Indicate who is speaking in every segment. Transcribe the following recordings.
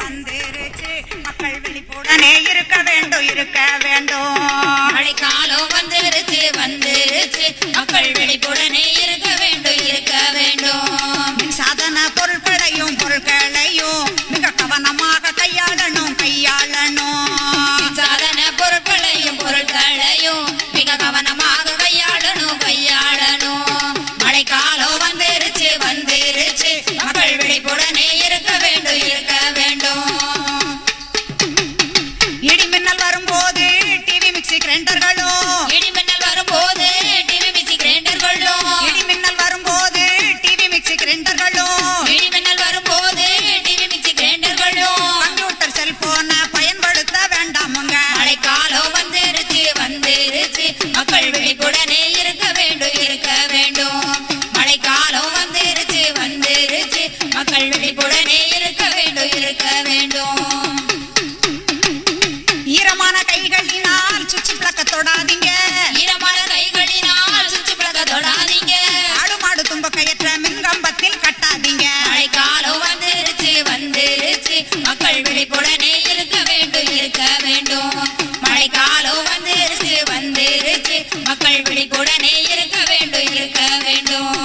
Speaker 1: வந்துருச்சு மக்கள் விழிப்புடனே இருக்க வேண்டும் இருக்க வேண்டும்
Speaker 2: மழைக்காலம் வந்துருச்சு வந்துருச்சு மக்கள் விழிப்புடனே இருக்க வேண்டும் இருக்க வேண்டும்
Speaker 1: மின் சாதன பொருட்களையும் பொருட்களையும் மிக கவனமாக கையாளணும் கையாளணும்
Speaker 2: சாதன பொருட்களையும் பொருட்களையும் மிக கவனமாக கையாளணும் கையாளணும் மழைக்காலம் வந்துருச்சு வந்துருச்சு மக்கள் விழிப்புடனே இருக்க வேண்டும் இருக்க வேண்டும்
Speaker 1: இடி மின்னல் வரும்போது டிவி மிக்ஸி கிரைண்டர்களும்
Speaker 2: இடிமின்னல் வரும்போது டிவி மிக்சி கிரைண்டர் கொள்ளும்
Speaker 1: இடி மின்னல் வரும்போது டிவி மிக்ஸி கிரைண்டர்களும்
Speaker 2: இடிமின்னல் வரும்போது டிவி மிக்சி கிரைண்டர் கொள்ளும்
Speaker 1: கம்ப்யூட்டர் செல்போனை பயன்படுத்த வேண்டாமுங்க
Speaker 2: மழைக்காலம் வந்துருச்சு வந்துருச்சு மக்கள் விழிப்புடனே இருக்க வேண்டும் இருக்க வேண்டும் மழைக்காலம் வந்துருச்சு வந்துருச்சு மக்கள் விழிப்புடனே இருக்க வேண்டும் இருக்க வேண்டும்
Speaker 1: ஈரமான கைகளினால் சுச்சு பிளக்க தொடாதீங்க
Speaker 2: ஈரமான கைகளினால் சுற்று பழக்க தொடாதீங்க
Speaker 1: ஆடு மாடு தும்ப கயற்ற மின்கம்பத்தில் கட்டாதீங்க
Speaker 2: மழைக்காலம் வந்துருச்சு வந்துருச்சு மக்கள் விழிப்புடனே இருக்க வேண்டும் இருக்க வேண்டும் மழைக்காலம் வந்துருச்சு வந்துருச்சு மக்கள் விழிப்புடனே இருக்க வேண்டும் இருக்க வேண்டும்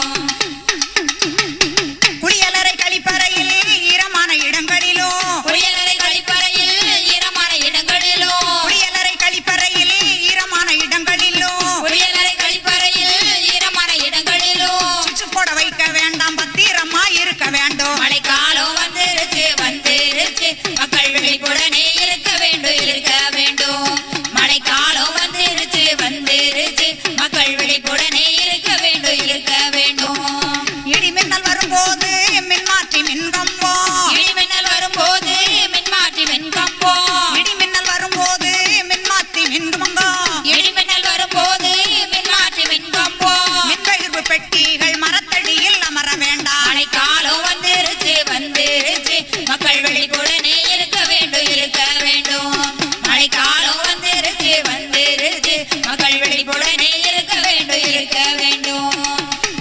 Speaker 1: குடியலறை கழிப்பறையில் ஈரமான இடங்களிலும்
Speaker 2: குளியலறை கழிப்பறையில் ஈரமான இடங்களிலும்
Speaker 1: குடியலறை கழிப்பறையில் ஈரமான இடங்களிலும்
Speaker 2: குளியலறை கழிப்பறையில் ஈரமான இடங்களிலும்
Speaker 1: சுச்சு போட வைக்க வேண்டாம் பத்திரமா இருக்க வேண்டும்
Speaker 2: மழைக்காலம் வந்துருச்சு வந்துருச்சு மக்கள் விழிப்புடனே இருக்க வேண்டும் இருக்க வேண்டும் மழைக்காலம் வந்துருச்சு வந்துருச்சு மக்கள் விழிப்புடனே இருக்க வேண்டும் இருக்க வேண்டும்
Speaker 1: இடி மின்னல் வரும்போது மின்மாற்றி மின்கம்பம்
Speaker 2: இடிமின்னல் வரும்போது மின்மாற்றி மின்கம்பம்
Speaker 1: இடி மின்னல் வரும்போது மின்மாற்றி மின்கம்பம்
Speaker 2: இடிமின்னல் வரும்போது மின்மாற்றி மின்கம்பம்
Speaker 1: மின்பகிர்வு பெட்டிகள் மரத்தடியில் அமர வேண்டாம்
Speaker 2: மழைக்காலம் வந்துருச்சு வந்துருச்சு மக்கள் விழிப்புடனே இருக்க வேண்டும் இருக்க வேண்டும் மழைக்காலம் வந்துருச்சு வந்துருச்சு மக்கள் விழிப்புடனே இருக்க வேண்டும் இருக்க வேண்டும்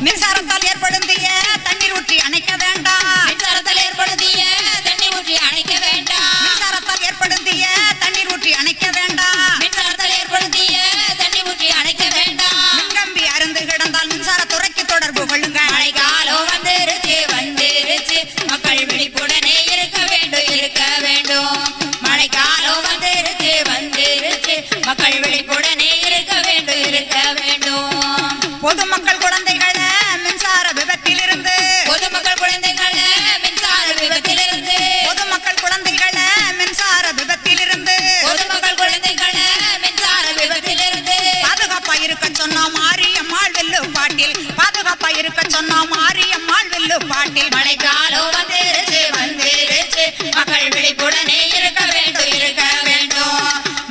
Speaker 1: மின்சாரத்தால் ஏற்படும் தீய தண்ணீர் ஊற்றி அணைக்க வேண்டாம்
Speaker 2: மின்சாரத்தில் ஏற்படுத்திய தண்ணி ஊற்றி அணைக்க வேண்டாம்
Speaker 1: மின்சாரத்தால் ஏற்படும் தீய தண்ணீர் ஊற்றி அணைக்க வேண்டாம்
Speaker 2: மின்சாரத்தில் ஏற்படுத்திய தண்ணி ஊற்றி அணைக்க வேண்டாம்
Speaker 1: மின்கம்பி அருந்து கிடந்தால் மின்சார துறைக்கு தொடர்பு கொள்ளுங்க
Speaker 2: மழைக்காலம் வந்துருச்சு வந்துருச்சு மக்கள் விழிப்புடனே இருக்க வேண்டும் இருக்க வேண்டும் மழைக்காலம் வந்துருச்சு வந்துருச்சு மக்கள் விழிப்புடனே இருக்க வேண்டும் இருக்க வேண்டும்
Speaker 1: பொதுமக்கள் குழந்தைகளை மின்சார விபத்திலிருந்து
Speaker 2: பொதுமக்கள் குழந்தைகள் மின்சார விபத்திலிருந்து
Speaker 1: பொதுமக்கள் குழந்தைகளை மின்சார விபத்திலிருந்து
Speaker 2: பொதுமக்கள் குழந்தைகள் மின்சார விபத்திலிருந்து
Speaker 1: பாதுகாப்பா இருக்க சொன்னோம் மாரியம்மாள் வெல்லு பாட்டில் பாதுகாப்பா இருக்க சொன்னோம் மாரியம்மாள் வெல்லு பாட்டில்
Speaker 2: மழைக்காலம் வந்துருச்சு வந்துருச்சு மக்கள் விழிப்புடனே இருக்க வேண்டும் இருக்க வேண்டும்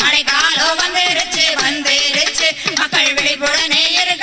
Speaker 2: மழைக்காலம் வந்துருச்சு வந்துருச்சு மக்கள் விழிப்புடனே இருக்க